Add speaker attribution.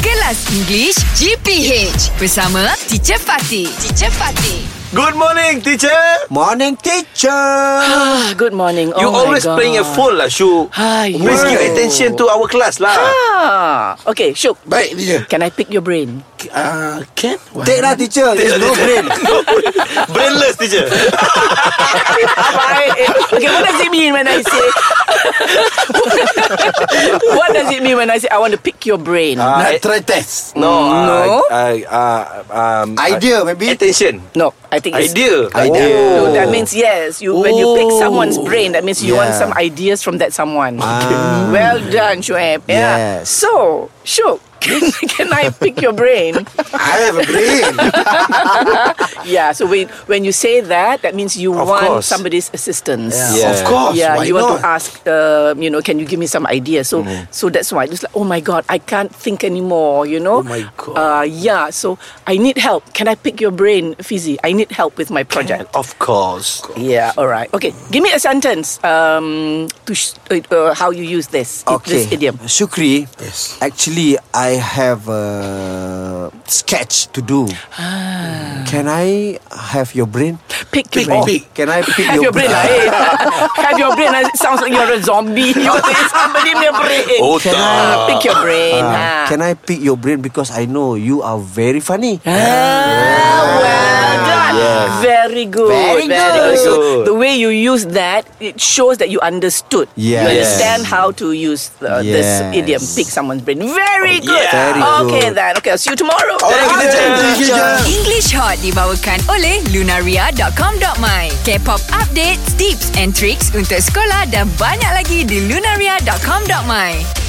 Speaker 1: Kelas English GPH bersama Teacher Fatih. Teacher Fatih.
Speaker 2: Good morning, teacher.
Speaker 3: Morning teacher
Speaker 4: Ah, good morning.
Speaker 2: You
Speaker 4: oh my
Speaker 2: always
Speaker 4: God. Ha.
Speaker 2: playing a fool lah, Shu.
Speaker 4: Hi,
Speaker 2: Please give attention to our class lah.
Speaker 4: Ah, okay, Shuk.
Speaker 3: Baik teacher
Speaker 4: Can I pick your brain?
Speaker 3: uh, Ken Take lah teacher There's no brain
Speaker 2: Brainless, teacher.
Speaker 4: I, eh, okay, what does it mean when I say? what does it mean when I say I want to pick your brain?
Speaker 2: Ah,
Speaker 3: Nak
Speaker 2: eh,
Speaker 3: try test
Speaker 2: No.
Speaker 4: No.
Speaker 2: I, I, uh, um,
Speaker 3: Idea maybe
Speaker 2: Attention.
Speaker 4: no, I think it's
Speaker 2: Idea. Oh.
Speaker 3: Idea.
Speaker 4: Oh, that means yes. You when you pick someone's brain, that means you want
Speaker 3: Yeah.
Speaker 4: some ideas from that someone.
Speaker 2: Ah.
Speaker 4: Well done, Shuaib. Yeah.
Speaker 3: Yes.
Speaker 4: So, Shuk, can, can I pick your brain?
Speaker 3: I have a brain
Speaker 4: Yeah, so when when you say that, that means you
Speaker 2: Of
Speaker 4: want
Speaker 2: course.
Speaker 4: somebody's assistance.
Speaker 2: Yeah.
Speaker 3: Of course
Speaker 4: Yeah,
Speaker 3: Why
Speaker 4: you
Speaker 3: not?
Speaker 4: want to ask, uh, you know, can you give me some idea? So,
Speaker 2: Mm.
Speaker 4: so that's why it's like, oh my god, I can't think anymore. You know, oh
Speaker 3: my God.
Speaker 4: Uh, yeah, so I need help. Can I pick your brain, Fizzy? I need help with my project.
Speaker 2: Of course.
Speaker 4: Yeah, all right, okay. Give me a sentence um, to sh- uh, uh, how you use this i-
Speaker 5: Okay.
Speaker 4: this idiom.
Speaker 5: Shukri,
Speaker 3: Yes.
Speaker 5: actually, I have a sketch to do. Can I have your brain?
Speaker 4: Ah. Pick, your
Speaker 5: Oh,
Speaker 4: brain.
Speaker 5: Can I pick
Speaker 4: Have your brain lah eh. Have your brain lah It sounds like you're a zombie You want to eat somebody punya brain
Speaker 2: Oh,
Speaker 4: Can I Ah, pick your brain ah. ha.
Speaker 5: Ah. Can I pick your brain because I know you are very funny.
Speaker 4: Ah, well done. Very good.
Speaker 5: Very good.
Speaker 4: So the way you use that, it shows that you understood.
Speaker 5: Yes.
Speaker 4: You understand how to use uh, this
Speaker 5: Yes. Oh,
Speaker 4: idiom, pick someone's brain. Very good.
Speaker 5: Very
Speaker 4: okay
Speaker 5: good.
Speaker 4: then. Okay, I'll see you tomorrow.
Speaker 3: Kita cari teacher
Speaker 1: English Hot dibawakan oleh lunaria.com.my. K-pop updates, tips and tricks untuk sekolah dan banyak lagi di lunaria.com.my.